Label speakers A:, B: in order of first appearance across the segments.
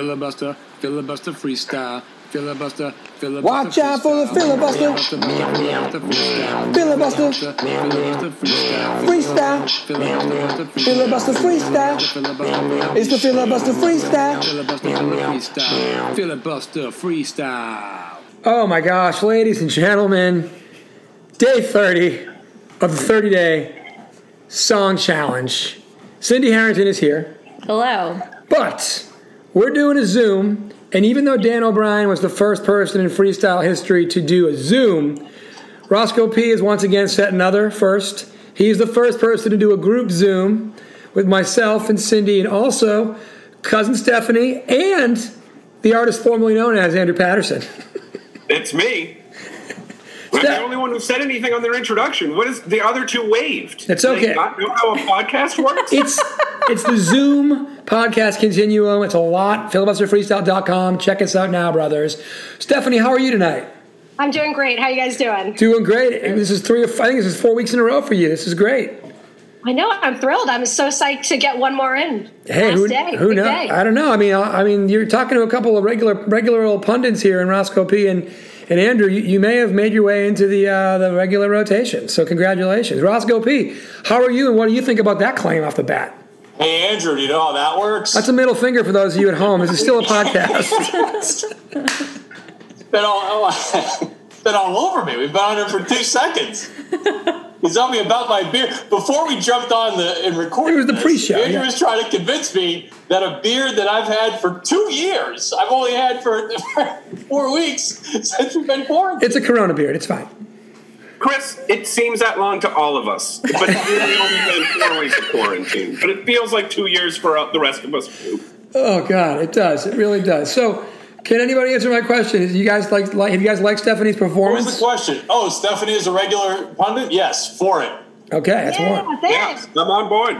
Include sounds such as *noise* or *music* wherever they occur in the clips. A: Filibuster, filibuster freestyle. Filibuster, filibuster.
B: Watch out for the filibuster.
A: Filibuster, freestyle.
B: Filibuster.
A: Filibuster, freestyle. Filibuster,
B: Freestyle.
A: freestyle.
B: Filibuster freestyle.
A: Filibuster,
B: It's the filibuster freestyle.
A: filibuster, freestyle. Filibuster, freestyle.
C: Oh my gosh, ladies and gentlemen, day 30 of the 30 day song challenge. Cindy Harrington is here,
D: Hello.
C: but we're doing a Zoom, and even though Dan O'Brien was the first person in freestyle history to do a Zoom, Roscoe P is once again set another first. He's the first person to do a group Zoom with myself and Cindy, and also cousin Stephanie and the artist formerly known as Andrew Patterson.
E: It's me. I'm the only one who said anything on their introduction. What is the other two waved?
C: It's
E: Do they
C: okay.
E: Not know how a podcast works.
C: It's it's the Zoom podcast continuum. It's a lot. Filibusterfreestyle.com. Check us out now, brothers. Stephanie, how are you tonight?
F: I'm doing great. How you guys doing?
C: Doing great. This is three. or I think this is four weeks in a row for you. This is great.
F: I know. I'm thrilled. I'm so psyched to get one more in.
C: Hey,
F: Last
C: who,
F: day,
C: who
F: big
C: knows?
F: day.
C: I don't know. I mean, I, I mean, you're talking to a couple of regular regular old pundits here in Roscoe P and. And Andrew, you, you may have made your way into the uh, the regular rotation, so congratulations, Roscoe P. How are you, and what do you think about that claim off the bat?
G: Hey Andrew, do you know how that works?
C: That's a middle finger for those of you at home. This is still a
F: *laughs*
C: podcast.
G: been all oh, *laughs* been all over me. We've been on it for
C: *laughs*
G: two seconds. He's on me about my beer. Before we jumped on the and recorded,
C: It was the
G: this,
C: pre-show,
G: Andrew
C: yeah.
G: was trying to convince me that a beer that I've had for two years, I've only had for, *laughs* four weeks since we've been quarantined.
C: it's a Corona beard. It's fine.
E: Chris, it seems that long to all of us, but it's really only been four weeks of quarantine. But it feels like two years for uh, the rest of us. too.
C: Oh God, it does. It really does. So, can anybody answer my question? Is you guys like, like have you guys liked Stephanie's
G: What was
C: performance?
G: the question? Oh, Stephanie is a regular pundit. Yes, for it.
C: Okay, that's one.
F: Yeah,
E: Yeah,
F: thanks.
E: I'm on board.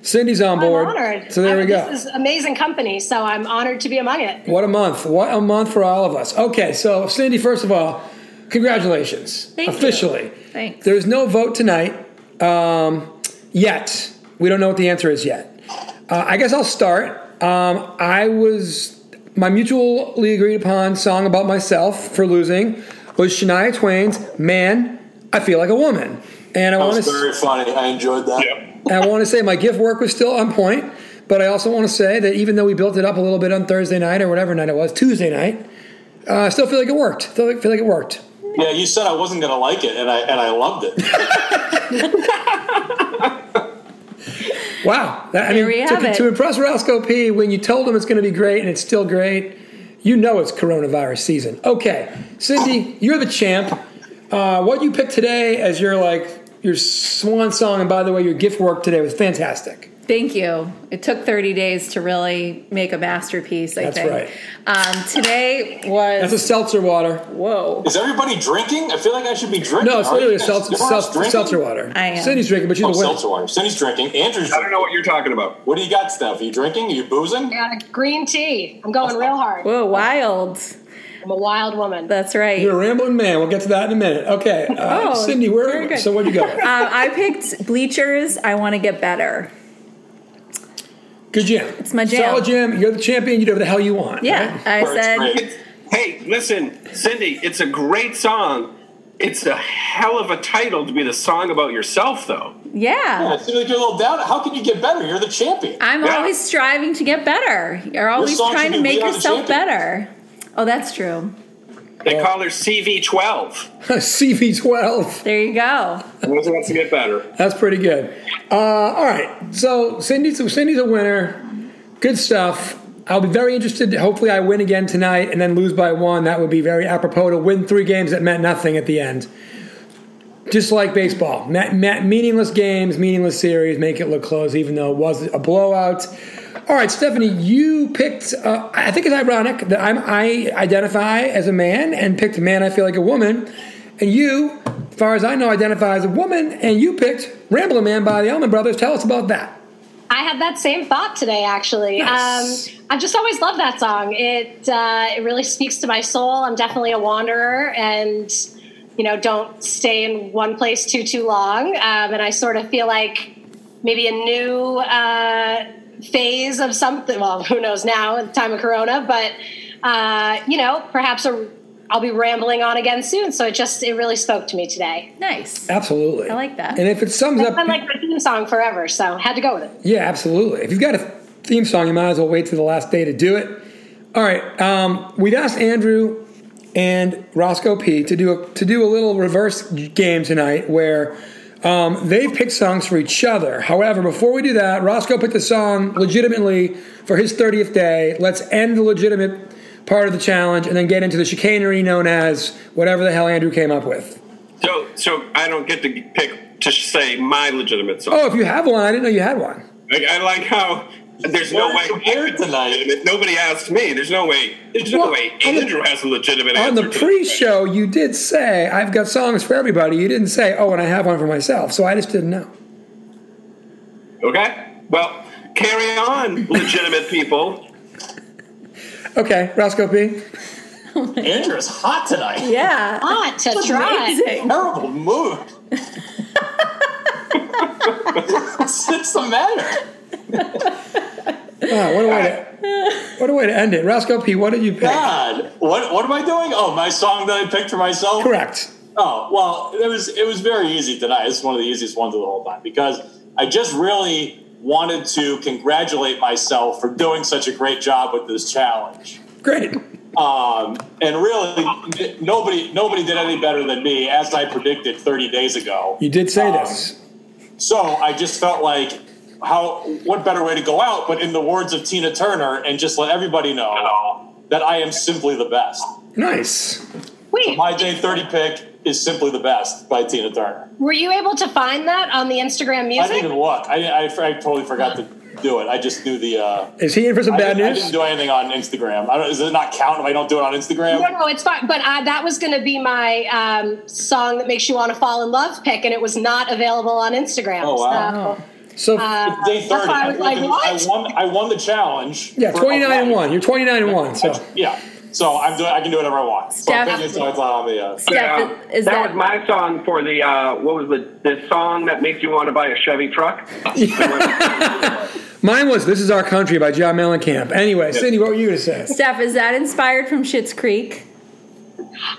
C: Cindy's on board.
F: I'm honored.
C: So there
F: I-
C: we go.
F: This is amazing company, so I'm honored to be among it.
C: what a month! What a month for all of us. Okay, so Cindy, first of all, congratulations
D: Thank you.
C: officially.
D: Thanks.
C: There's no vote tonight um, yet. We don't know what the answer is yet. Uh, I guess I'll start. Um, I was my mutually agreed upon song about myself for losing was Shania Twain's "Man, I Feel Like a Woman," and I
G: That
C: want
G: was
C: to
G: very funny. I enjoyed that.
E: Yep.
C: I want to say my gift work was still on point, but I also want to say that even though we built it up a little bit on Thursday night or whatever night it was, Tuesday night, uh, I still feel like it worked. Feel like, feel like it worked.
G: Yeah, you said I wasn't going to like it, and I and I loved it.
C: *laughs* Wow. That, I mean,
D: There we
C: to,
D: have it.
C: to impress Roscoe P, when you told him it's going to be great and it's still great, you know it's coronavirus season. Okay, Cindy, you're the champ. Uh, what you picked today as your like your swan song, and by the way, your gift work today was fantastic.
D: Thank you. It took 30 days to really make a masterpiece, I
C: That's
D: think.
C: right.
D: Um, today was.
C: That's a seltzer water.
D: whoa.
G: Is everybody drinking? I feel like I should be drinking.
C: No, it's
G: Are
C: literally a
G: you guys-
C: seltzer,
G: everyone else
C: seltzer,
G: drinking?
C: seltzer water.
D: I am.
C: Cindy's drinking, but she's
G: Oh,
C: a winner.
G: seltzer water. Cindy's drinking. Andrew's
E: I don't
G: drinking.
E: know what you're talking about.
G: What do you got, Steph? Are you drinking? Are you boozing?
F: Yeah, green tea. I'm going real hard.
D: Whoa, wild.
F: I'm a wild woman.
D: That's right.
C: You're a rambling man. We'll get to that in a minute. Okay, uh,
D: Oh,
C: Cindy,
D: very
C: where?
D: good.
C: So where'd you
D: *laughs*
C: go?
D: um, I picked Bleachers. I want to get better.
C: Good jam.
D: It's my jam.
C: Solid jam. You're the champion. You do whatever the hell you want. *laughs*
D: Yeah,
C: right?
D: I
G: Or it's
D: said.
G: great.
E: Hey, listen, Cindy, it's a great song. It's a hell of a title to be the song about yourself, though.
G: Yeah,
D: Yeah.
G: it seems like you're a little down. How can you get better? You're the champion.
D: I'm
E: Yeah.
D: always striving to get better. You're always
G: song
D: trying
G: should
D: to
G: be
D: make
G: We Are the
D: yourself better.
G: Champions.
D: Oh, that's true.
E: They call her CV12.
C: CV12.
D: There you go.
E: Those wants to get better.
C: That's pretty good. Uh, all right. So Cindy, so Cindy's a winner. Good stuff. I'll be very interested. Hopefully, I win again tonight and then lose by one. That would be very apropos to win three games that meant nothing at the end. Just like baseball, ma- ma- meaningless games, meaningless series make it look close, even though it was a blowout. All right, Stephanie, you picked. Uh, I think it's ironic that I'm, I identify as a man and picked "Man, I Feel Like a Woman," and you, as far as I know, identify as a woman, and you picked "Ramblin' Man" by the Allman Brothers. Tell us about that.
F: I had that same thought today, actually.
C: Nice.
F: Um, I've just always loved that song. It uh, it really speaks to my soul. I'm definitely a wanderer, and you know, don't stay in one place too too long. Um, and I sort of feel like maybe a new uh, phase of something. Well, *laughs* who knows now at the time of Corona, but uh, you know, perhaps i I'll be rambling on again soon. So it just it really spoke to me today.
D: Nice.
C: Absolutely.
D: I like that.
C: And if it sums
F: It's
C: up,
F: been like my theme song forever, so had to go with it.
C: yeah, absolutely. If you've got a theme song, you might as well wait till the last day to do it. All right. Um, we'd asked Andrew and Roscoe P to do a, to do a little reverse game tonight where um, they picked songs for each other. However, before we do that, Roscoe picked a song legitimately for his 30th day. Let's end the legitimate part of the challenge and then get into the chicanery known as whatever the hell Andrew came up with.
E: So, so I don't get to pick to say my legitimate song.
C: Oh, if you have one, I didn't know you had one.
E: Like, I like how there's no
G: We're
E: way
G: prepared tonight.
E: legitimate- Nobody asked me. There's no way. There's no
C: Well,
E: way
C: on the-
E: Andrew has a legitimate
C: On
E: answer.
C: the
E: to this
C: pre-show, you did say I've got songs for everybody. You didn't say, "Oh, and I have one for myself." So I just didn't know.
E: question. Okay. Well, carry
C: *laughs*
E: on, legitimate people.
C: Okay, Roscoe P.
G: Andrew is hot tonight.
D: Yeah.
F: Hot to try.
D: Amazing.
G: Terrible mood. What's the matter?
C: Wow, Ah, what a way to
G: *laughs*
C: what a way to end it, Roscoe P. What did you pick?
G: God, what what am I doing? Oh, my song that I picked for myself.
C: Correct.
G: Oh well, it was it was very easy tonight. It's one of the easiest ones of the whole time because I just really wanted to congratulate myself for doing such a great job with this challenge.
C: Great.
G: Um, and really, n- nobody nobody did any better than me, as I predicted 30 days ago.
C: You did say this.
G: So I just felt like, how what better way to go out? But in the words of Tina Turner, and just let everybody know that I am simply the best.
C: Nice.
F: Wait,
G: My day 30 pick is simply the best by Tina Turner.
F: were you able to find that on the Instagram
G: I didn't
F: music?
G: even look. I, I, I totally forgot to do it. I just knew the. Uh,
C: Is he in for some
G: I,
C: bad
G: didn't, I
C: news?
G: didn't do anything on Instagram. I don't, does it not count if I don't do it on Instagram?
F: No, no, it's fine. But I, that was going to be my um, song that makes you want to fall in love pick, and it was not available on Instagram.
G: Oh, wow.
F: So,
C: so
F: uh,
G: Day 30.
F: that's why I was like,
G: I
F: what?
G: won, I won the challenge.
C: yeah,
G: for a
C: twenty nine and
G: life.
C: one. You're twenty nine and one. So
G: Yeah. So I'm doing. I can do whatever I want. So I'm
D: Steph-
G: thinking, so it's not on the. Uh,
D: Steph,
H: Yeah.
D: is
H: that
D: that,
H: was my song for the uh, what was the the song that makes you want to buy a Chevy truck?
C: mine was "This Is Our Country" by John Mellencamp. Anyway, Cindy, what were you gonna say?
D: Steph, is that inspired from Schitt's Creek?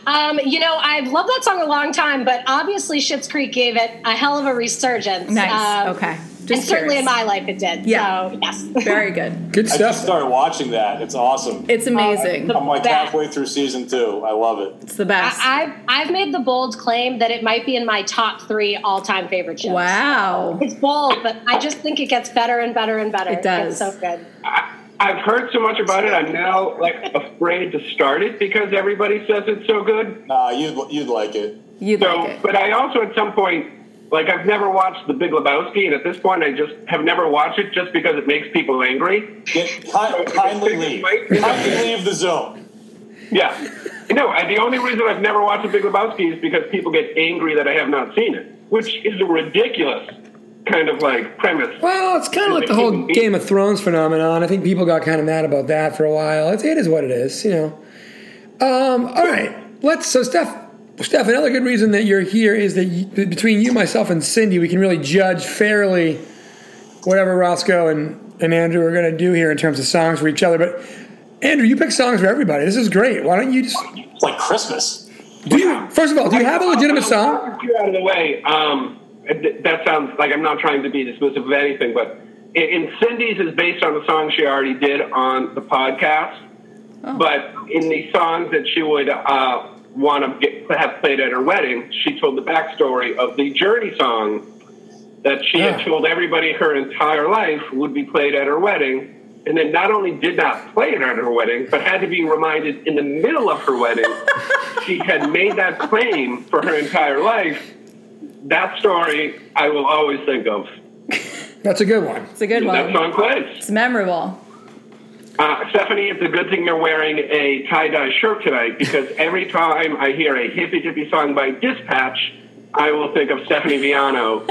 F: Um, you know, I've loved that song a long time, but obviously Schitt's Creek gave it a hell of a resurgence.
D: Nice.
F: Um,
D: okay.
F: and
D: Just
F: certainly in
D: curious.
F: my life it did.
D: Yeah.
F: So, yes.
D: Very good.
C: Good
G: I just
C: stuff.
G: started watching that. It's awesome.
D: It's
F: Um,
D: amazing.
G: I'm like
F: Back.
G: halfway through season two. I love it.
D: It's the best.
F: *laughs* I, I've, I've made the bold claim that it might be in my top three all time favorite shows.
D: wow.
F: It's bold, but I just think it gets better and better and better.
D: It does.
F: It's so good.
H: I, I've heard so much about it. I'm now like afraid to start it because everybody says it's so good.
G: Nah, you'd you'd like it.
D: You
H: So,
D: like it.
H: but I also at some point. Like I've never watched The Big Lebowski, and at this point, I just have never watched it just because it makes people angry.
G: Get, ki- kindly leave. kindly leave the zone.
D: *laughs*
H: Yeah, no. I, the only reason I've never watched The Big Lebowski is because people get angry that I have not seen it, which is a ridiculous kind of like premise.
C: Well, it's kind of like the whole Game of Thrones phenomenon. I think people got kind of mad about that for a while. It's, it is what it is, you know. Um, all right, let's. So, Steph, Steph, another good reason that you're here is that you, that between you, myself, and Cindy, we can really judge fairly whatever Roscoe and, and Andrew are going to do here in terms of songs for each other. But Andrew, you pick songs for everybody. This is great. Why don't you just
G: It's like Christmas.
C: do you? First of all, do you have a legitimate song?
H: Get out of the way. Um, th- that sounds like I'm not trying to be dismissive of anything, but in, in Cindy's is based on a song she already did on the podcast.
C: Oh.
H: But in the songs that she would uh, want to have played at her wedding, she told the backstory of the Journey song that she
C: Ah.
H: had told everybody her entire life would be played at her wedding. And then not only did not play it at her wedding, but had to be reminded in the middle of her wedding,
D: *laughs*
H: she had made that claim for her entire life. That story I will always think of.
C: That's a good one. *laughs*
D: It's a good one.
H: That song plays.
D: It's memorable.
H: Uh, Stephanie, it's a good thing you're wearing a tie dye shirt tonight because every time I hear a hippy dippy song by Dispatch, I will think of Stephanie Viano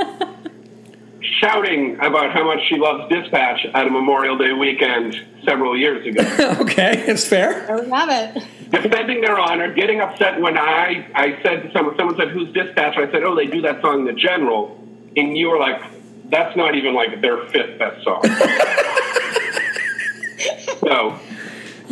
H: shouting about how much she loves Dispatch at a Memorial Day weekend several years ago,
C: okay, it's fair.
F: I love it.
H: defending their honor, getting upset when I, I said to someone, someone said, Who's Dispatch? I said, Oh, they do that song, The General. And you were like, That's not even like their fifth best song. So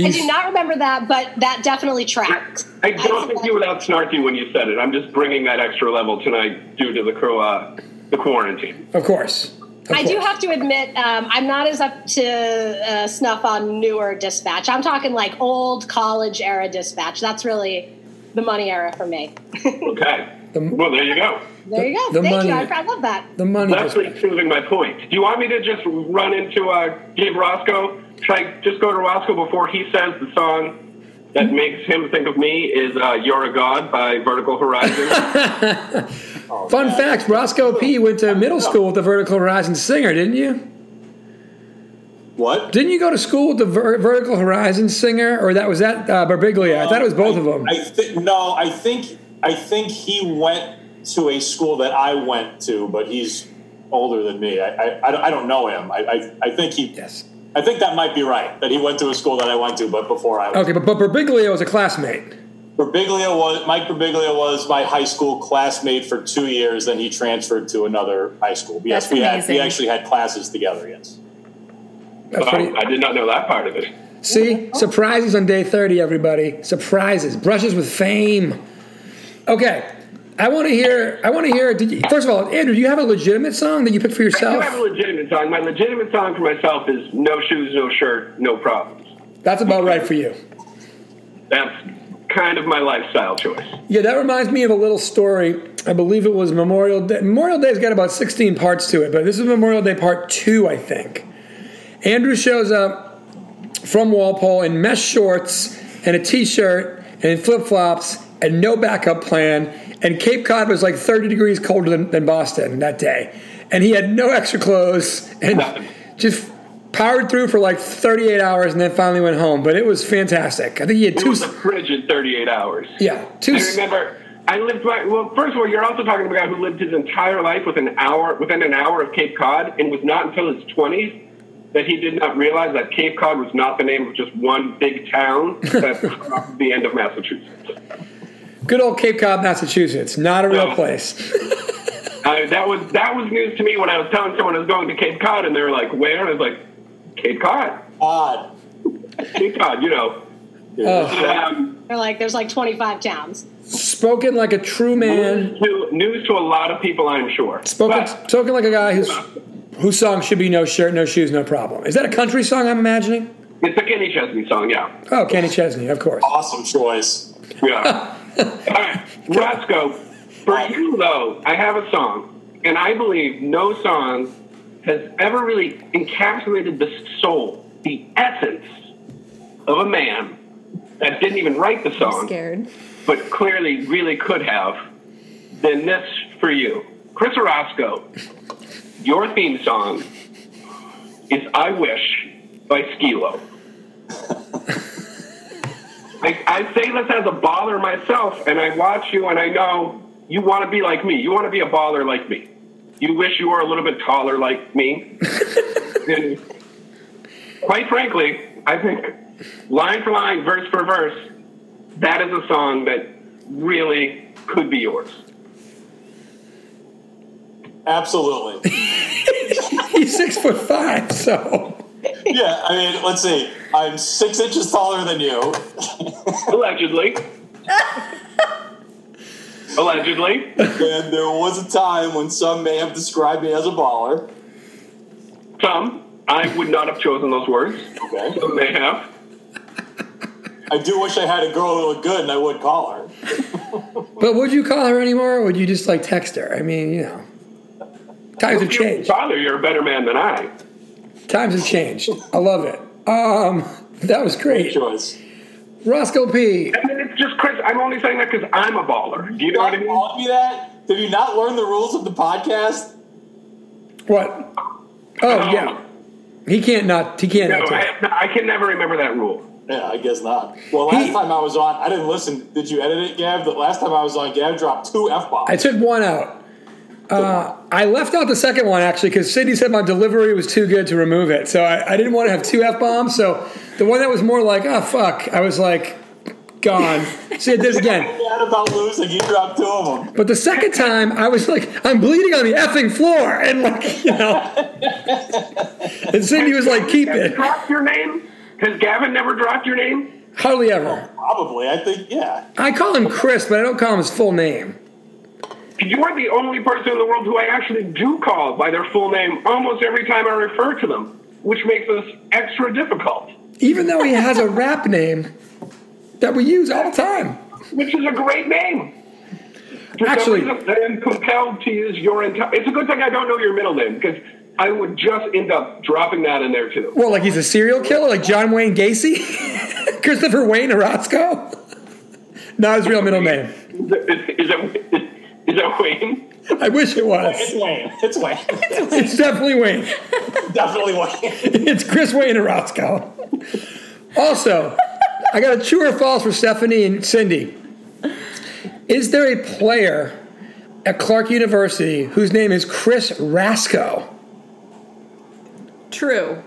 F: I do not remember that, but that definitely tracked.
H: I don't think you were that snarky when you said it. I'm just bringing that extra level tonight due to the cor- uh, the quarantine.
C: Of course. Of
F: I do
C: course.
F: have to admit, um, I'm not as up to uh, snuff on newer dispatch. I'm talking like old college era dispatch. That's really the money era for
C: *laughs*
F: me.
H: Okay.
C: The-
H: well, there you go.
F: There you go.
C: The
F: Thank
C: money-
F: you. I, I love that.
C: the money.
H: That's
C: Just,
H: like proving my point. Do you want me to just run into uh, Gabe Roscoe? Should I just go to Roscoe before he says the song that makes him think of me is uh, "You're a God" by Vertical Horizon?
C: fun fact: Roscoe P went to middle school with the Vertical Horizon singer, didn't you?
G: What?
C: Didn't you go to school with the Ver- Vertical Horizon singer, or that was that uh, Barbiglia? I thought it was both of them.
G: I thi- no, I think I think he went to a school that I went to, but he's older than me. I I, I don't- I don't know him. I, I I think he.
C: yes.
G: I think that might be right that he went to a school that I went to, but before I.
C: Okay, but but Barbiglia was a classmate.
G: Birbiglia was Mike Birbiglia was my high school classmate for two years. Then he transferred to another high school. Yes,
D: That's
G: we had we
D: amazing.
G: actually had classes together. Yes.
C: *laughs* That's pretty,
H: Oh, I did not know that part of it.
C: See, surprises on day 30, everybody. Surprises, brushes with fame. Okay, I want to hear. I want to hear. Did you, first of all, Andrew, do you have a legitimate song that you picked for
H: I do have a
C: yourself?
H: legitimate song. My legitimate song for myself is "No Shoes, No Shirt, No Problems."
C: That's about right for you.
H: That's kind of my lifestyle choice.
C: Yeah, that reminds me of a little story. I believe it was Memorial Day. Memorial Day's got about 16 parts to it, but this is Memorial Day Part 2, I think. Andrew shows up from Walpole in mesh shorts and a t shirt and flip flops and no backup plan. And Cape Cod was like 30 degrees colder than, than Boston that day. And he had no *laughs* extra clothes and
H: *laughs*
C: just powered through for like 38 hours and then finally went home. But it was fantastic. I think he had
H: It
C: two.
H: was a fridge in 38 hours.
C: Yeah, two.
H: I remember I lived by well, first of all, you're also talking about a guy who lived his entire life with an hour within an hour of Cape Cod and was not until his twenties that he did not realize that Cape Cod was not the name of just one
C: *laughs*
H: big town that's off the end of Massachusetts.
C: Good old Cape Cod, Massachusetts. Not a real
H: No.
C: place.
H: I, that was that was news to me when I was telling someone I was going to Cape Cod and they were like, Where? And I was like, Cape Cod.
G: Odd.
H: Cape Cod, you know.
C: Oh.
H: Um,
F: They're like, there's like 25 towns.
C: Spoken like a true man.
H: news, to, news to a lot of people, I'm sure.
C: Spoken,
H: But-
C: spoken like a guy who's, whose song should be no shirt, no shoes, no problem. Is that a country song I'm imagining?
H: It's a Kenny Chesney song, yeah.
C: Oh, Kenny Chesney, of course. *laughs*
G: Awesome choice.
H: Yeah. All right, Roscoe, for you though, I have a song, and I believe no song has ever really encapsulated the soul, the essence of a man that didn't even write the
D: I'm
H: song,
D: scared.
H: but clearly really could have, than this for you. Chris Roscoe, your theme song is I Wish by Skilo. I, I say this as a baller myself, and I watch you, and I know you want to be like me. You want to be a baller like me. You wish you were a little bit taller like me. and quite frankly, I think line for line, verse for verse, that is a song that really could be yours.
G: Absolutely.
D: *laughs*
C: He's six foot five, so.
G: yeah. I mean, let's see. I'm six inches taller than you.
C: *laughs*
H: Allegedly. Allegedly.
G: And there was a time when some may have described me as a baller.
H: Some. I would not have chosen those words.
G: Okay.
H: Some may have.
G: I do wish I had a girl who looked good and I would call her.
C: But would you call her anymore, or would you just like text her? I mean, you know. Times have
H: You're
C: changed.
H: Father, you're a better man than I.
C: Times have changed. I love it. Um, that was great.
G: Choice.
C: Roscoe P.
H: And then it's just Chris. I'm only saying that because I'm a baller. Do you know what I
G: Not
H: mean?
G: calling me that? Did you not learn the rules of the podcast?
C: What? Oh yeah. He can't not. He can't.
H: No,
C: not do it.
H: Um, I, I can never remember that rule.
G: Yeah, I guess not. Well, last
C: He-
G: time I was on, I didn't listen. Did you edit it, Gav? The last time I was on, Gav dropped two f bombs.
C: I took one out. Uh, I left out the second one actually because Cindy said my delivery was too good to remove it, so I, I didn't want to have two f bombs. So the one that was more like "ah fuck," I was like, "Gone." See, it did it again.
G: mad about losing. You dropped two of them.
C: But the second time, I was like, "I'm bleeding on the effing floor," and like you know. And Cindy was like, "Keep it."
H: Drop your name? Has Gavin never dropped your name?
C: Hardly ever.
G: Probably, I think, yeah.
C: I call him Chris, but I don't call him his full name.
H: You are the only person in the world who I actually do call by their full name almost every time I refer to them, which makes this extra difficult.
C: Even though he has a rap name that we use all the time.
H: Which is a great name. For some
C: Actually-
H: reason, I am compelled to use your entire. It's a good thing I don't know your middle name because I would just end up dropping that in there too.
C: Well, like he's a serial killer, like John Wayne Gacy, *laughs* Christopher Wayne Orozco. *laughs* Not his real middle name.
H: Is, it- is that is that Wayne?
C: I wish it
G: It's
C: was.
G: Wayne. It's *laughs* Wayne.
C: It's definitely Wayne.
G: Definitely Wayne.
C: It's Chris Wayne Orozco. Also, I got a true or false for Stephanie and Cindy. Is there a player at Clark University whose name is Chris Rasco?
D: True.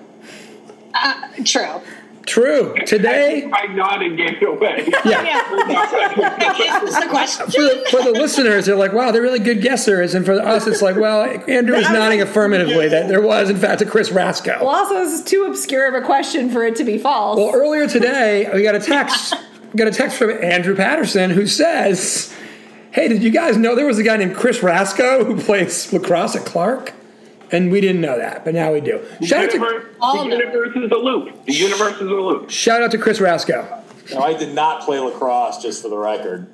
F: Uh, True.
C: True. Today,
H: I nodded, gave it away.
C: *laughs* yeah. *laughs*
F: *laughs* That's the question.
C: For the, for the listeners, they're like, wow, they're really good guessers. And for us, it's like, well, Andrew is nodding affirmatively that there was, in fact, a Chris Rasco.
D: Well, also, this is too obscure of a question for it to be false.
C: Well, earlier today, we got a text. we got a text from Andrew Patterson who says, "Hey, did you guys know there was a guy named Chris Rasco who plays lacrosse at Clark?" And we didn't know that, but now we do. Shout out to,
H: universe,
F: All
H: the
F: know.
H: universe is a loop. The universe is a loop.
C: shout out to Chris Rasco.
G: No, I did not play lacrosse, just for the record.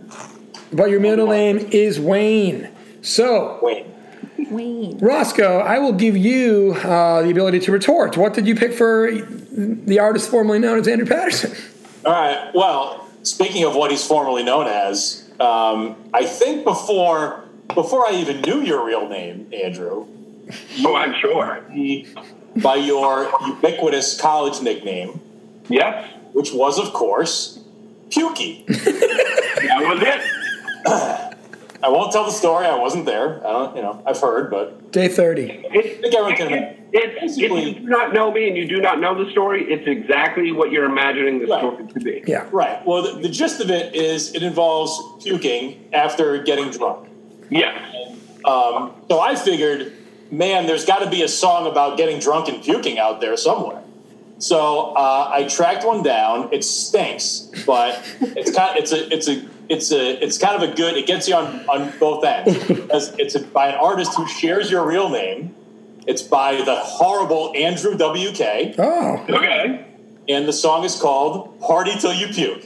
C: But your middle name is Wayne. So,
G: Wayne.
D: Wayne.
C: Roscoe, I will give you uh, the ability to retort. What did you pick for the artist formerly known as Andrew Patterson?
G: All right. Well, speaking of what he's formerly known as, um, I think before before I even knew your real name, Andrew,
H: Oh, I'm sure.
G: he- by your ubiquitous college nickname,
H: Yes,
G: which was, of course, Pukey.
H: that was it.
G: I won't tell the story. I wasn't there. I don't, you know, I've heard, but
C: Day thirty.
H: It's
G: I think everyone can.
H: It- It's, if you do not know me and you do not know the story, it's exactly what you're imagining the
G: Right.
H: story to be.
C: Yeah.
G: Right. Well, the, the gist of it is it involves puking after getting drunk.
H: Yes.
G: Um, so I figured, man, there's got to be a song about getting drunk and puking out there somewhere. So uh, I tracked one down. It stinks, but it's kind it's a it's a it's a it's kind of a good. It gets you on on both ends because it's a, by an artist who shares your real name. It's by the horrible Andrew WK,
C: Oh,
H: Okay.
G: and the song is called "Party Till You Puke."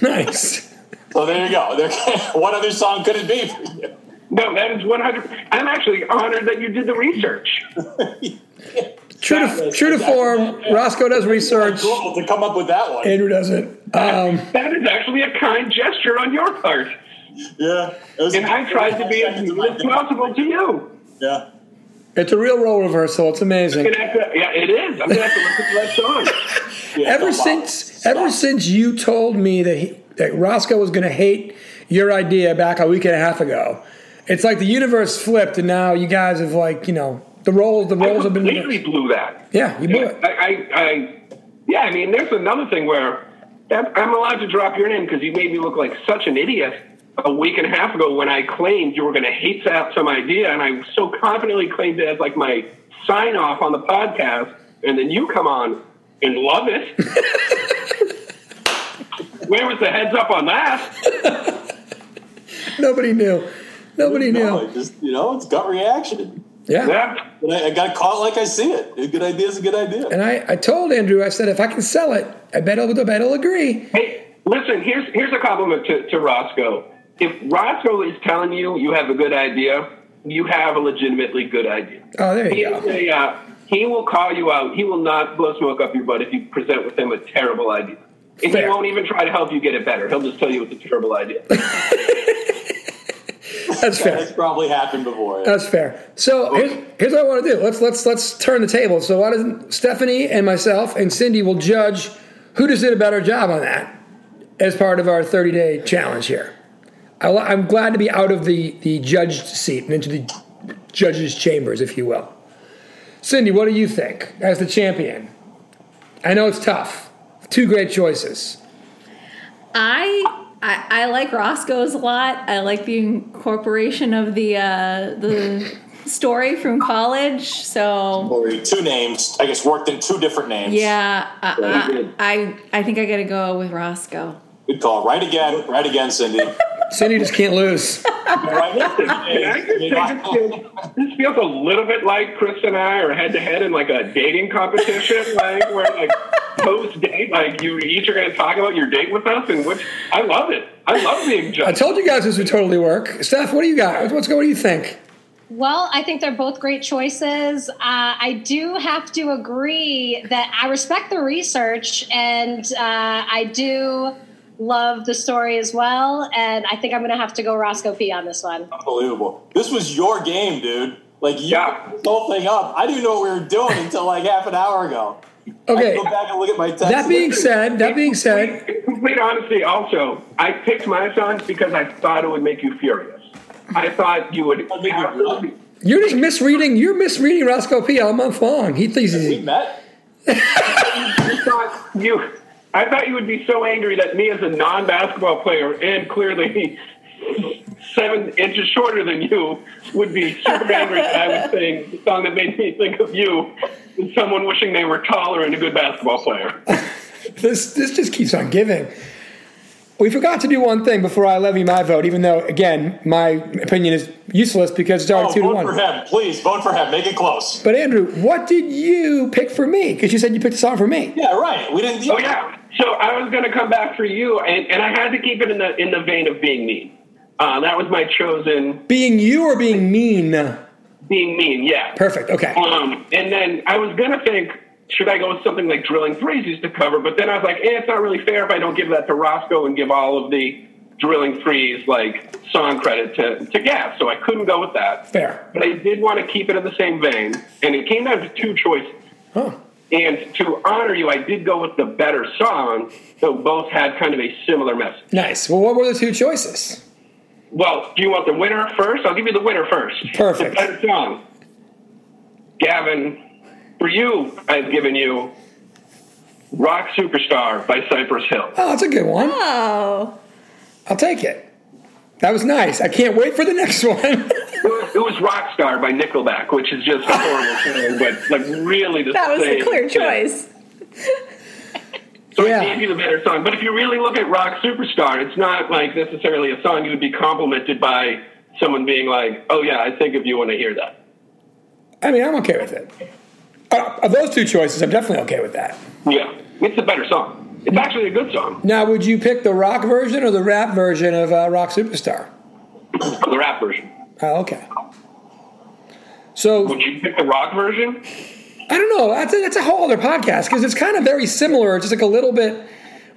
C: nice.
G: So there you go. There, *laughs* what other song could it be for you?
H: No, that is 100. I'm actually honored that you did the research.
C: True to, true to form, Roscoe does research.
G: Google to come up with that one.
C: Andrew doesn't. Um,
H: That is actually a kind gesture on your part.
G: Yeah. It was-
H: And I tried to be as
G: Yeah.
H: mean as possible to you.
G: Yeah.
C: it's a real role reversal. It's amazing.
H: I'm gonna have to- yeah, it is. I'm going to have to listen to that song.
G: Yeah,
C: Ever
G: no problem.
C: since, ever since you told me that he, that Roscoe was going to hate your idea back a week and a half ago, it's like the universe flipped, and now you guys have like you know the roles the
H: I
C: roles have been
H: completely blew that.
C: yeah you blew it.
H: I, I, I, yeah, I mean, there's another thing where that, I'm allowed to drop your name because you made me look like such an idiot a week and a half ago when I claimed you were going to hate that some idea, and I so confidently claimed it as like my sign off on the podcast, and then you come on and love it. Where was the heads up on that?
C: Nobody knew, nobody
G: No,
C: knew.
G: it just you know, it's gut reaction.
C: Yeah,
H: That
G: But I, I got caught like I see it. A good idea is a good idea.
C: and I, I told Andrew I said if I can sell it, I bet he'll, I bet he'll agree.
H: Hey, listen, here's here's a compliment to, to Roscoe. If Roscoe is telling you you have a good idea, you have a legitimately good idea.
C: Oh, there you
H: He's
C: go.
H: a, uh, he will call you out. He will not blow smoke up your butt if you present with him a terrible idea. And
C: Fair.
H: he won't even try to help you get it better. He'll just tell you it's a terrible idea.
C: That's fair.
G: That's probably happened before.
C: That's fair. So here's, here's what I want to do. Let's let's let's turn the table. So why doesn't Stephanie and myself and Cindy will judge who just did a better job on that as part of our 30 day challenge here. I, li- I'm glad to be out of the the judged seat and into the judges' chambers, if you will. Cindy, what do you think as the champion? I know it's tough. Two great choices.
D: I, I I like Roscoe's a lot. I like the incorporation of the uh, the story from college. So
G: Lori, two names. I guess worked in two different names.
D: yeah,
H: Very
D: I
H: good.
D: I, I, I think I got to go with Roscoe.
G: Good call. Right again. Right
C: *laughs*
G: again, Cindy.
C: Cindy just can't lose.
G: Right
H: Can I just say this feels, this feels a little bit like Chris and I are head to head in like a dating competition, *laughs* like where like post date, like you each are going to talk about your date with us, and which I love it. I love being
C: I
H: judged.
C: told you guys this would totally work. Steph, what do you got? What's going? What do you think?
F: Well, I think they're both great choices. Uh, I do have to agree that I respect the research and uh, I do love the story as well. And I think I'm going to have to go Roscoe P on this one.
G: Unbelievable. This was your game, dude. Like you
H: Yeah.
G: yeah. the whole thing up. I didn't know what we were doing until like half an hour ago. I
C: Okay.
G: go back and look at my text.
C: That being said, that being said,
H: In complete honesty, also, I picked my songs because I thought it would make you furious. I thought you would.
G: I'll make you
H: absolutely-
C: you're just misreading. You're misreading Roscoe P all month long. He thinks
G: we
C: he's.
G: met.
H: I thought you. I thought you would be so angry that me, as a non-basketball player and clearly *laughs* seven inches shorter than you, would be super angry. that I was saying the song that made me think of you is someone wishing they were taller and a good basketball player.
C: This this just keeps on giving. We forgot to do one thing before I levy my vote, even though again my opinion is useless because it's already
G: Oh,
C: two to
G: vote for
C: one.
G: him, please. Vote for him. Make it close.
C: But Andrew, what did you pick for me? Because you said you picked a song for me.
G: Yeah, right. We didn't.
H: Oh yeah. So I was going to come back for you, and, and I had to keep it in the in the vein of being mean. Uh, that was my chosen
C: Being you or being mean?
H: being mean. Yeah.
C: Perfect. Okay.
H: Um, and then I was gonna think, should I go with something like drilling threes used to cover? But then I was like, eh, it's not really fair if I don't give that to Roscoe and give all of the drilling threes like song credit to to Gas. So I couldn't go with that.
C: Fair.
H: But I did want to keep it in the same vein, and it came down to two choices.
C: Huh.
H: And to honor you, I did go with the better song, though both had kind of a similar message.
C: Nice. Well, what were the two choices?
H: Well, do you want the winner first? I'll give you the winner first.
C: Perfect.
H: The better song. Gavin, for you, I've given you Rock Superstar by Cypress Hill.
C: Oh, that's a good one.
D: Oh,
C: I'll take it. That was nice. I can't wait for the next *laughs* one.
H: It was, it was Rockstar by Nickelback, which is just
C: *laughs*
H: a horrible song, but like really the
D: that was a
H: same
D: clear
H: thing.
D: choice.
H: So
C: Yeah.
H: I gave you the better song. But if you really look at Rock Superstar, it's not like necessarily a song you would be complimented by someone being like, oh yeah, I think of you when I hear that.
C: I mean, I'm okay with it. Uh, of those two choices, I'm definitely okay with that.
H: Yeah, it's a better song. It's actually a good song.
C: Now, would you pick the rock version or the rap version of uh, Rock Superstar?
H: The rap version.
C: Oh, okay. So
H: Would you pick the rock version?
C: I don't know. That's a, that's a whole other podcast because it's kind of very similar. It's just like a little bit.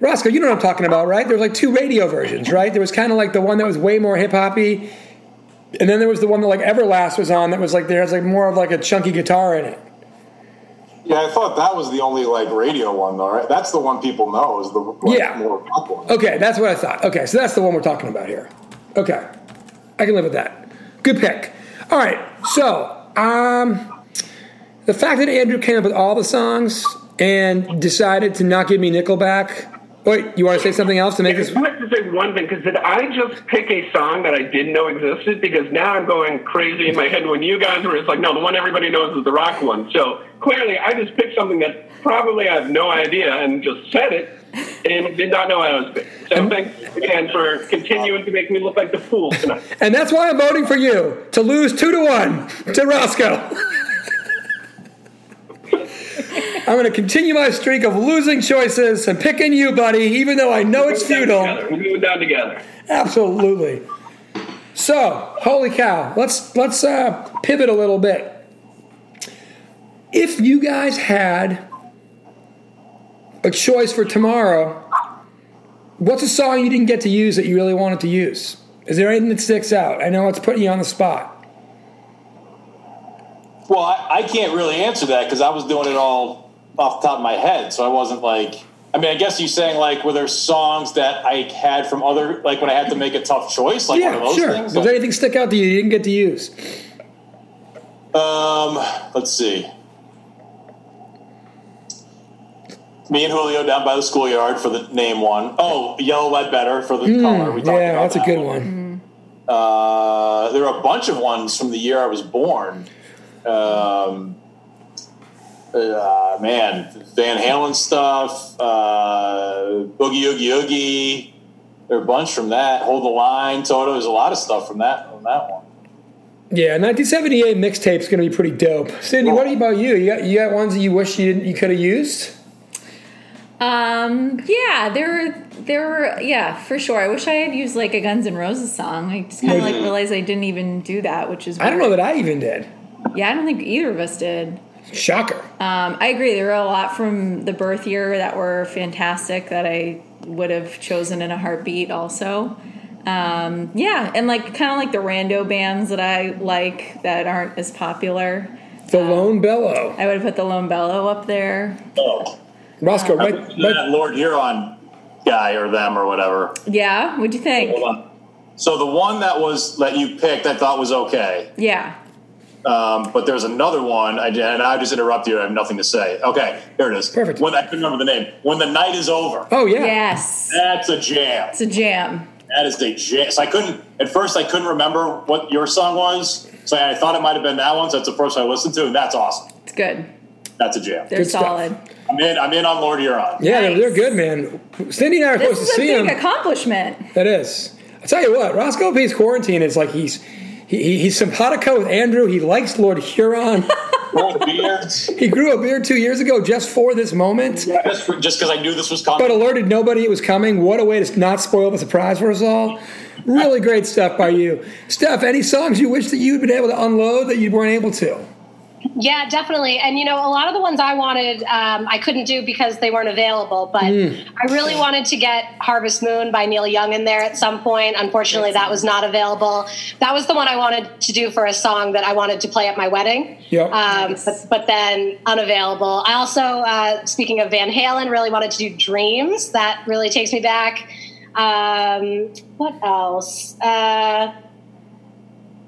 C: Roscoe, you know what I'm talking about, right? There was like two radio versions, right? There was kind of like the one that was way more hip hoppy, and then there was the one that like Everlast was on that was like there was like more of like a chunky guitar in it.
G: Yeah, I thought that was the only like radio one though. Right? That's the one people know is the like,
C: Yeah. Oh.
G: more pop one.
C: Okay, that's what I thought. Okay, so that's the one we're talking about here. Okay, I can live with that. Good pick. All right, so um, the fact that Andrew came up with all the songs and decided to not give me Nickelback. Wait, you want to say something else to make
H: I
C: this?
H: just wanted to say one thing because did I just pick a song that I didn't know existed? Because now I'm going crazy in my head when you guys were. It's like no, the one everybody knows is the rock one. So clearly, I just picked something that probably I have no idea and just said it and did not know I was picking. So thanks again for continuing to make me look like the fool tonight.
C: And that's why I'm voting for you to lose two to one to Roscoe. *laughs* I'm going to continue my streak of losing choices and picking you, buddy, even though I know it's futile.
H: We're moving down together.
C: Absolutely. So, holy cow! Let's let's uh, pivot a little bit. If you guys had a choice for tomorrow, what's a song you didn't get to use that you really wanted to use? Is there anything that sticks out? I know it's putting you on the spot.
G: Well, I, I can't really answer that because I was doing it all off the top of my head, so I wasn't like. I mean, I guess you're saying like were there songs that I had from other like when I had to make a tough choice, like one of
C: Yeah,
G: those
C: sure.
G: things.
C: Does anything stick out to you you didn't get to use?
G: Um, let's see. Me and Julio down by the schoolyard for the name one. Oh, Yellow Lead Better for the color. We talked
C: Mm, Yeah,
G: about
C: that's a
G: that
C: good one.
G: Uh, Uh, there are a bunch of ones from the year I was born. Um, uh, man, Van Halen stuff, uh, Boogie Oogie Oogie. There are a bunch from that. Hold the Line, Toto. There's a lot of stuff from that from that one.
C: Yeah, 1978 mixtape's going to be pretty dope. Cindy, what about you? You got, you got ones that you wish you didn't, you could have used?
D: Um, yeah, there were there were yeah for sure. I wish I had used like a Guns N' Roses song. I just kind of like realized I didn't even do that, which is
C: I don't know
D: weird.
C: that I even did.
D: Yeah, I don't think either of us did.
C: Shocker.
D: Um, I agree. There were a lot from the birth year that were fantastic that I would have chosen in a heartbeat. Also, um, yeah, and like kind of like the rando bands that I like that aren't as popular.
C: The Lone Bellow.
D: I would have put the Lone Bellow up there.
G: Oh,
C: Roscoe,
G: I
C: right,
G: went to
C: right-
G: that Lord Huron guy or them or whatever.
D: Yeah, what'd you
G: Hold
D: think?
G: on. So the one that was that you picked, I thought was okay.
D: Yeah,
G: Um, but there's another one, I, and I just interrupt you. I have nothing to say. Okay, here it is.
C: Perfect.
G: When, I couldn't remember the name. When the night is over.
C: Oh, yeah.
D: yes,
G: That's a jam.
D: it's a jam.
G: That is a jam. So I couldn't at first. I couldn't remember what your song was. So I thought it might have been that one. So that's the first I listened to, and that's awesome.
D: It's good.
G: That's a jam.
D: They're
C: Good stuff.
D: solid.
G: I'm in. I'm in on Lord Huron.
C: Yeah, they're, they're
D: Nice.
C: good, man. Cindy and *laughs* I are
D: This
C: supposed to
D: is a
C: see
D: big
C: him.
D: accomplishment.
C: That is. I'll tell you what, Roscoe P's quarantine is like he's he, he- he's simpatico with Andrew. He likes Lord
D: *laughs*
C: Huron.
G: Lord Beards.
C: he grew a beard two years ago just for this moment,
G: Just because I knew this was coming.
C: but alerted nobody it was coming. What a way to not spoil the surprise for us all. Really great stuff by you. Steph, any songs you wish that you'd been able to unload that you weren't able to?
F: Yeah, definitely. And you know, a lot of the ones I wanted, um, I couldn't do because they weren't available. But I really wanted to get Harvest Moon by Neil Young in there at some point. Unfortunately, that was not available. That was the one I wanted to do for a song that I wanted to play at my wedding.
C: Yep.
F: Um, but, but then unavailable. I also, uh, speaking of Van Halen, really wanted to do Dreams. That really takes me back. Um, what else? Uh,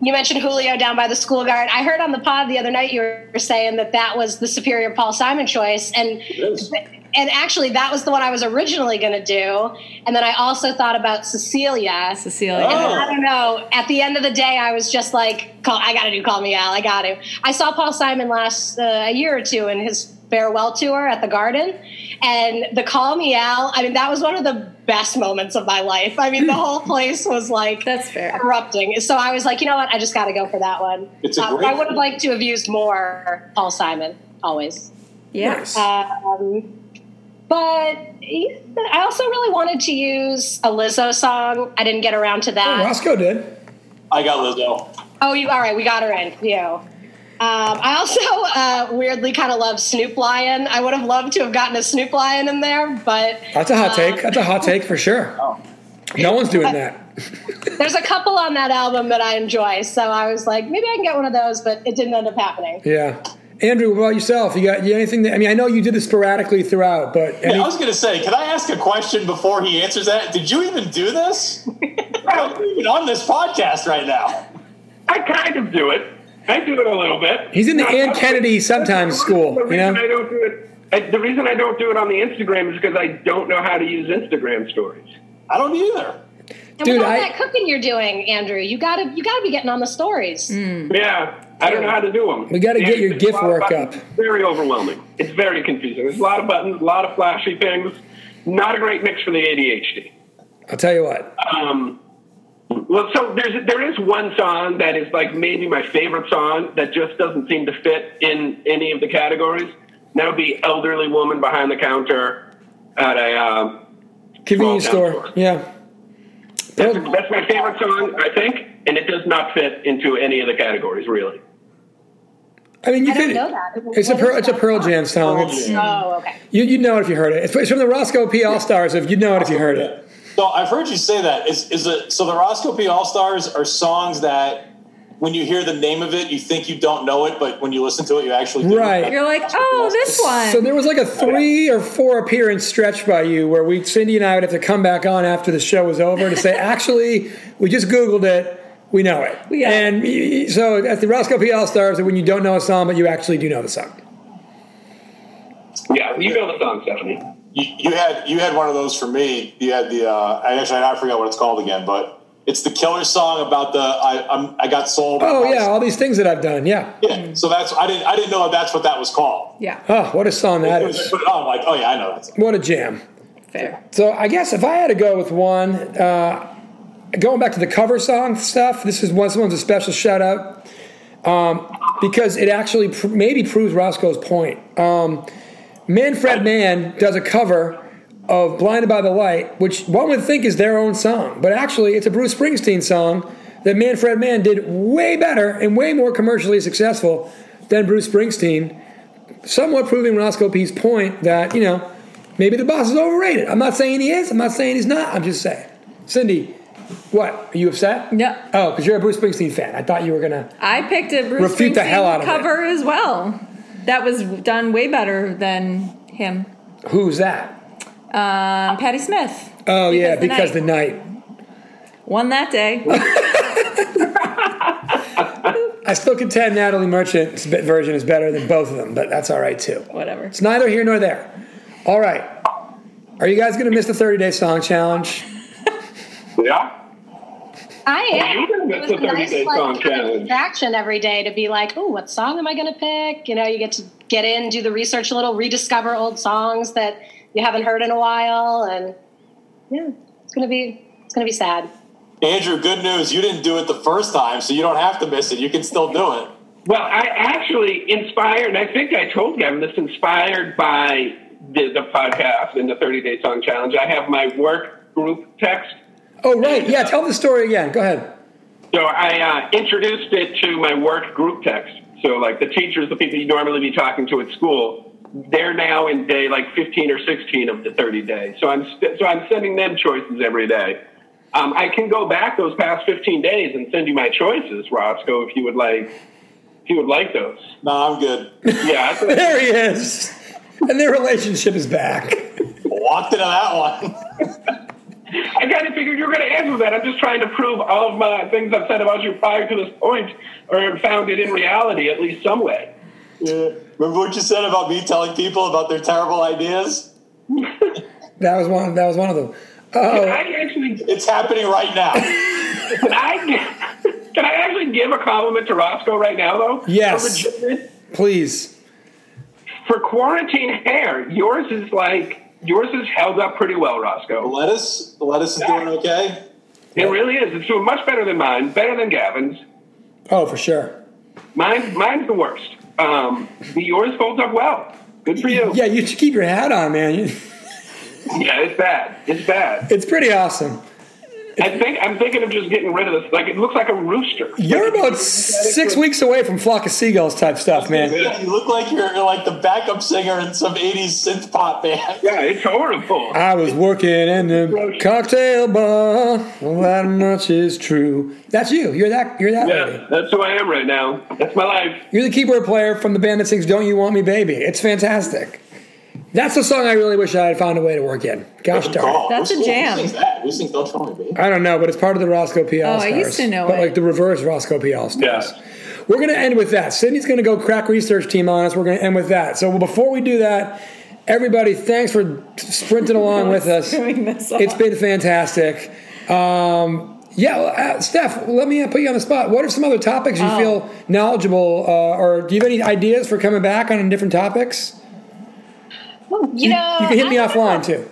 F: you mentioned Julio down by the school guard. I heard on the pod the other night you were saying that that was the superior Paul Simon choice, and
G: is.
F: and actually that was the one I was originally going to do, and then I also thought about Cecilia.
D: Cecilia.
F: And
G: Oh.
F: I don't know. At the end of the day, I was just like, "Call, I got to do Call Me Al. I got to." I saw Paul Simon last uh, a year or two in his farewell tour at the Garden, and the Call Me Al. I mean, that was one of the best moments of my life. I mean, the
G: *laughs*
F: whole place was like
D: That's fair.
F: erupting. So I was like, you know what? I just got to go for that one.
G: It's a
F: Uh,
G: great-
F: I would have liked to have used more Paul Simon always.
D: Yeah.
F: Um, but yeah, I also really wanted to use a Lizzo song. I didn't get around to
C: Oh,
F: that.
C: Roscoe did.
G: I got Lizzo.
F: Oh, you all right? We got her in. You. Um, I also uh, weirdly kind of love Snoop Lion. I would have loved to have gotten a Snoop Lion in there, but
C: That's a hot
F: Um,
C: take. That's a hot take for sure.
F: Oh.
C: No one's doing that.
F: there's a couple on that album that I enjoy. So I was like, maybe I can get one of those, but it didn't end up happening.
C: Yeah. Andrew, what about yourself? You got you anything that I mean, I know you did it sporadically throughout, but any,
G: Yeah, I was gonna say, can I ask a question before he answers that? Did you even do
C: *laughs*
G: this? I'm even on this podcast right now.
H: I kind of do it. I do it a little bit.
C: He's in the
H: Not
C: Ann
H: much.
C: Kennedy sometimes school,
H: The
C: you know?
H: reason I don't do it. I, the reason I don't do it on the Instagram is because I don't know how to use Instagram stories.
G: I don't either.
F: And
C: Dude,
F: with all
C: I-
F: that cooking you're doing, Andrew, you gotta you gotta be getting on the stories.
C: Mm.
H: Yeah, I don't know how to do them.
C: We gotta get your
H: It's a
C: GIF
H: lot of
C: work
H: buttons.
C: up.
H: Very overwhelming. It's very confusing. There's a lot of buttons, a lot of flashy things. Not a great mix for the ADHD.
C: I'll tell you what.
H: Um, well, so there's there is one song that is like maybe my favorite song that just doesn't seem to fit in any of the categories. And That would be "Elderly Woman Behind the Counter" at a. Um,
C: Convenience
H: Well,
C: store. Yeah.
H: that's,
C: Well,
H: that's my favorite song, I think, and it does not fit into any of the categories really.
C: I mean, you
F: I don't
C: could.
F: know that.
C: It's a
F: What is
C: Pearl, it's a
F: that
C: Pearl
F: song?
C: Jam song. It's,
F: Oh, okay.
C: you, you'd know it if you heard it. It's, it's from the Roscoe P All Stars. If you'd know it if you heard it.
G: So I've heard you say that. Is is it so the Roscoe P All Stars are songs that when you hear the name of it, you think you don't know it, but when you listen to it, you actually do.
C: Right.
D: You're like, oh, this one.
C: So there was like a three or four appearance stretch by you where we Cindy and I would have to come back on after the show was over to *laughs* say, actually, we just Googled it. We know it.
D: Yeah.
C: And y- y- so at the Roscoe P All Stars, when you don't know a song, but you actually do know the song.
H: Yeah, you know the song, Stephanie.
G: You, you had you had one of those for me. You had the uh, I actually I forgot what it's called again, but It's the killer song about the I I'm, I got sold.
C: Oh yeah, all these things that I've done. Yeah.
G: yeah. So that's I didn't I didn't know that's what that was called.
D: Yeah,
C: Oh, what a song that is.
G: But I'm like, oh yeah, I know that. song.
C: What a jam.
D: fair.
C: So I guess if I had to go with one, uh, going back to the cover song stuff, this is one. This one's a special shout out um, because it actually pr- maybe proves Roscoe's point. Um, Manfred Mann does a cover of "Blinded by the Light," which one would think is their own song, but actually it's a Bruce Springsteen song that Manfred Mann did way better and way more commercially successful than Bruce Springsteen somewhat proving Roscoe P's point that, you know, maybe the boss is overrated. I'm not saying he is. I'm not saying he's not. I'm just saying. Cindy, what? Are you upset?
D: No.
C: Oh, because you're a Bruce Springsteen fan. I thought you were going to.
D: I picked a Bruce
C: Refute
D: Springsteen
C: the hell out of it.
D: cover as well. That was done way better than him.
C: Who's that?
D: Um, Patty Smith
C: Oh, yeah, because
D: Because
C: the
D: the
C: night.
D: won that day.
C: I still contend Natalie Merchant's bit- version is better than both of them, but that's all right, too. *laughs*
D: Whatever.
C: It's neither here nor there. All right. Are you guys going to miss the 30 day song challenge?
H: Yeah.
F: I am.
H: you can
F: It
H: miss
F: was
H: the 30
F: nice,
H: day
F: like,
H: song
F: kind of
H: challenge.
F: Action every day to be like, oh, what song am I going to pick? You know, you get to get in, do the research a little, rediscover old songs that you haven't heard in a while, and yeah, it's gonna be it's gonna be sad.
G: Andrew, good news. You didn't do it the first time, so you don't have to miss it. You can still do it.
H: Well, I actually inspired, and I think I told Gavin this, inspired by the, the podcast and the 30 Day Song Challenge. I have my work group text.
C: Oh, right. Yeah, tell the story again. Go ahead.
H: So I uh, introduced it to my work group text. So, like the teachers, the people you normally be talking to at school, they're now in day like 15 or 16 of the 30 day. So I'm st- so I'm sending them choices every day. Um, I can go back those past 15 days and send you my choices, Roscoe, if you would like. If you would like those,
G: No, I'm good.
H: yeah. I
C: *laughs*
H: thought-
C: There he is. And their relationship is back.
G: Walked into that one.
H: I kind of figured you were going to answer that. I'm just trying to prove all of my things I've said about you prior to this point are founded in reality, at least some way.
G: Yeah. Remember what you said about me telling people about their terrible ideas?
C: That was one. That was one of them.
H: Can
C: Oh,
H: I actually,
G: It's happening right now.
H: can I, *laughs* can I actually give a compliment to Roscoe right now, though?
C: Yes.
H: A legitimate-
C: please.
H: For quarantine hair, yours is like yours is held up pretty well, Roscoe.
G: *laughs* Lettuce, lettuce is doing okay.
H: It really is. It's doing much better than mine. Better than Gavin's.
C: Oh, for sure.
H: Mine, mine's the worst. Um, the yours holds up well. Good for you.
C: Yeah, you should keep your hat on, man. You-
H: yeah it's bad. It's bad.
C: It's pretty awesome.
H: I think I'm thinking of just getting rid of this. Like it looks like a rooster.
C: You're *laughs* about six weeks away from flock of seagulls type stuff, man.
G: You look like you're, you're like the backup singer in some '80s synth pop band.
H: Yeah, it's horrible.
C: I was working in the cocktail bar. Well, that much is true. That's you. You're that. You're that.
H: Yeah,
C: lady.
H: that's who I am right now. That's my life.
C: You're the keyboard player from the band that sings "Don't You Want Me, Baby." It's fantastic. That's the song I really wish I had found a way to work in. Gosh darn. it.
G: Oh,
D: That's
G: who-
D: a jam.
G: Who sings that? Who sings "Don't Tell Me, Baby"?
C: I don't know, but it's part of the Roscoe P. All
D: Oh, I
C: Stars.
D: used to know
C: But
D: it.
C: like the reverse Roscoe P. All Stars.
H: Yeah.
C: We're going to end with that. Sydney's going to go crack research team on us. We're going to end with that. So before we do that, everybody, thanks for sprinting along with
D: *laughs*
C: us.
D: Doing this
C: It's
D: all.
C: been fantastic. Um, yeah, well, uh, Steph, let me uh, put you on the spot. What are some other topics you
D: Oh.
C: feel knowledgeable, uh, or do you have any ideas for coming back on different topics?
F: You know,
C: you can hit me
F: I-
C: offline too.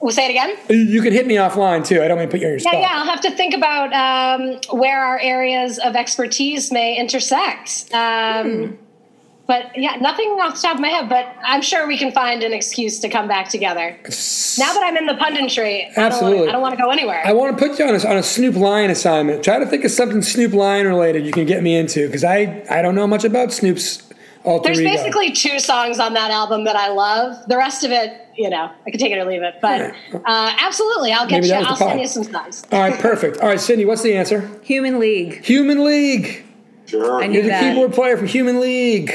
F: We'll say it again.
C: You- You can hit me offline too. I don't mean to put you on your
F: Yeah,
C: spot.
F: yeah. I'll have to think about um, where our areas of expertise may intersect.
C: Hmm.
F: Um, But yeah, nothing off the top of my head. But I'm sure we can find an excuse to come back together. Now that I'm in the punditry, I don't wanna-
C: Absolutely.
F: I don't want to go anywhere.
C: I want to put you on a, on a Snoop Lion assignment. Try to think of something Snoop Lion related you can get me into because I, I don't know much about Snoop's alter
F: There's
C: ego.
F: basically two songs on that album that I love. The rest of it, you know, I can take it or leave it. But uh, absolutely, I'll get
C: Maybe
F: you.
C: that was the
F: I'll send
C: pod.
F: you some songs.
C: All right, perfect. All right, Cindy, what's the answer?
D: Human League.
C: Human League.
G: Sure,
D: I
C: You're
D: knew
C: the
D: that.
C: keyboard player from Human League.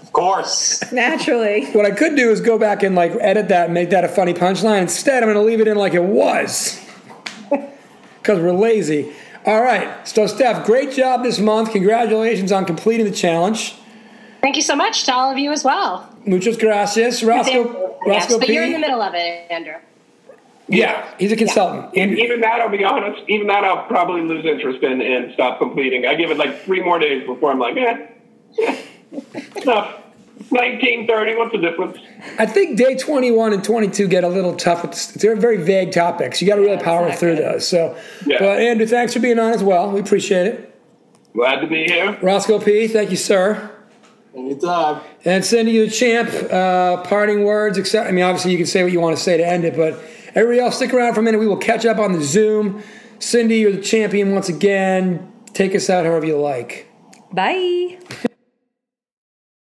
G: of course.
C: *laughs*
D: Naturally.
C: What I could do is go back and like edit that and make that a funny punchline. Instead, I'm going to leave it in like it was *laughs* because we're lazy. All right, so Steph, great job this month. Congratulations on completing the challenge.
F: Thank you so much to all of you as well.
C: Muchas gracias, Roscoe.
F: yes,
C: Roscoe
F: but you're
C: P.
F: in the middle of it, Andrew.
C: Yeah, he's a consultant.
H: And even that, I'll be honest, even that I'll probably lose interest in and stop completing. I give it like three more days before I'm like, eh, *laughs* eh, enough. 1930, what's the difference?
C: I think day 21 and 22 get a little tough. With, they're very vague topics. You got to really
D: Yeah,
C: power
D: exactly.
C: through those. So,
H: Yeah.
C: but Andrew, thanks for being on as well. We appreciate it.
H: Glad to be here.
C: Roscoe P, thank you, sir.
G: Anytime.
C: And sending you the champ. Uh, parting words, except I mean, obviously you can say what you want to say to end it, but everybody else, stick around for a minute. We will catch up on the Zoom. Cindy, you're the champion once again. Take us out however you like.
D: Bye.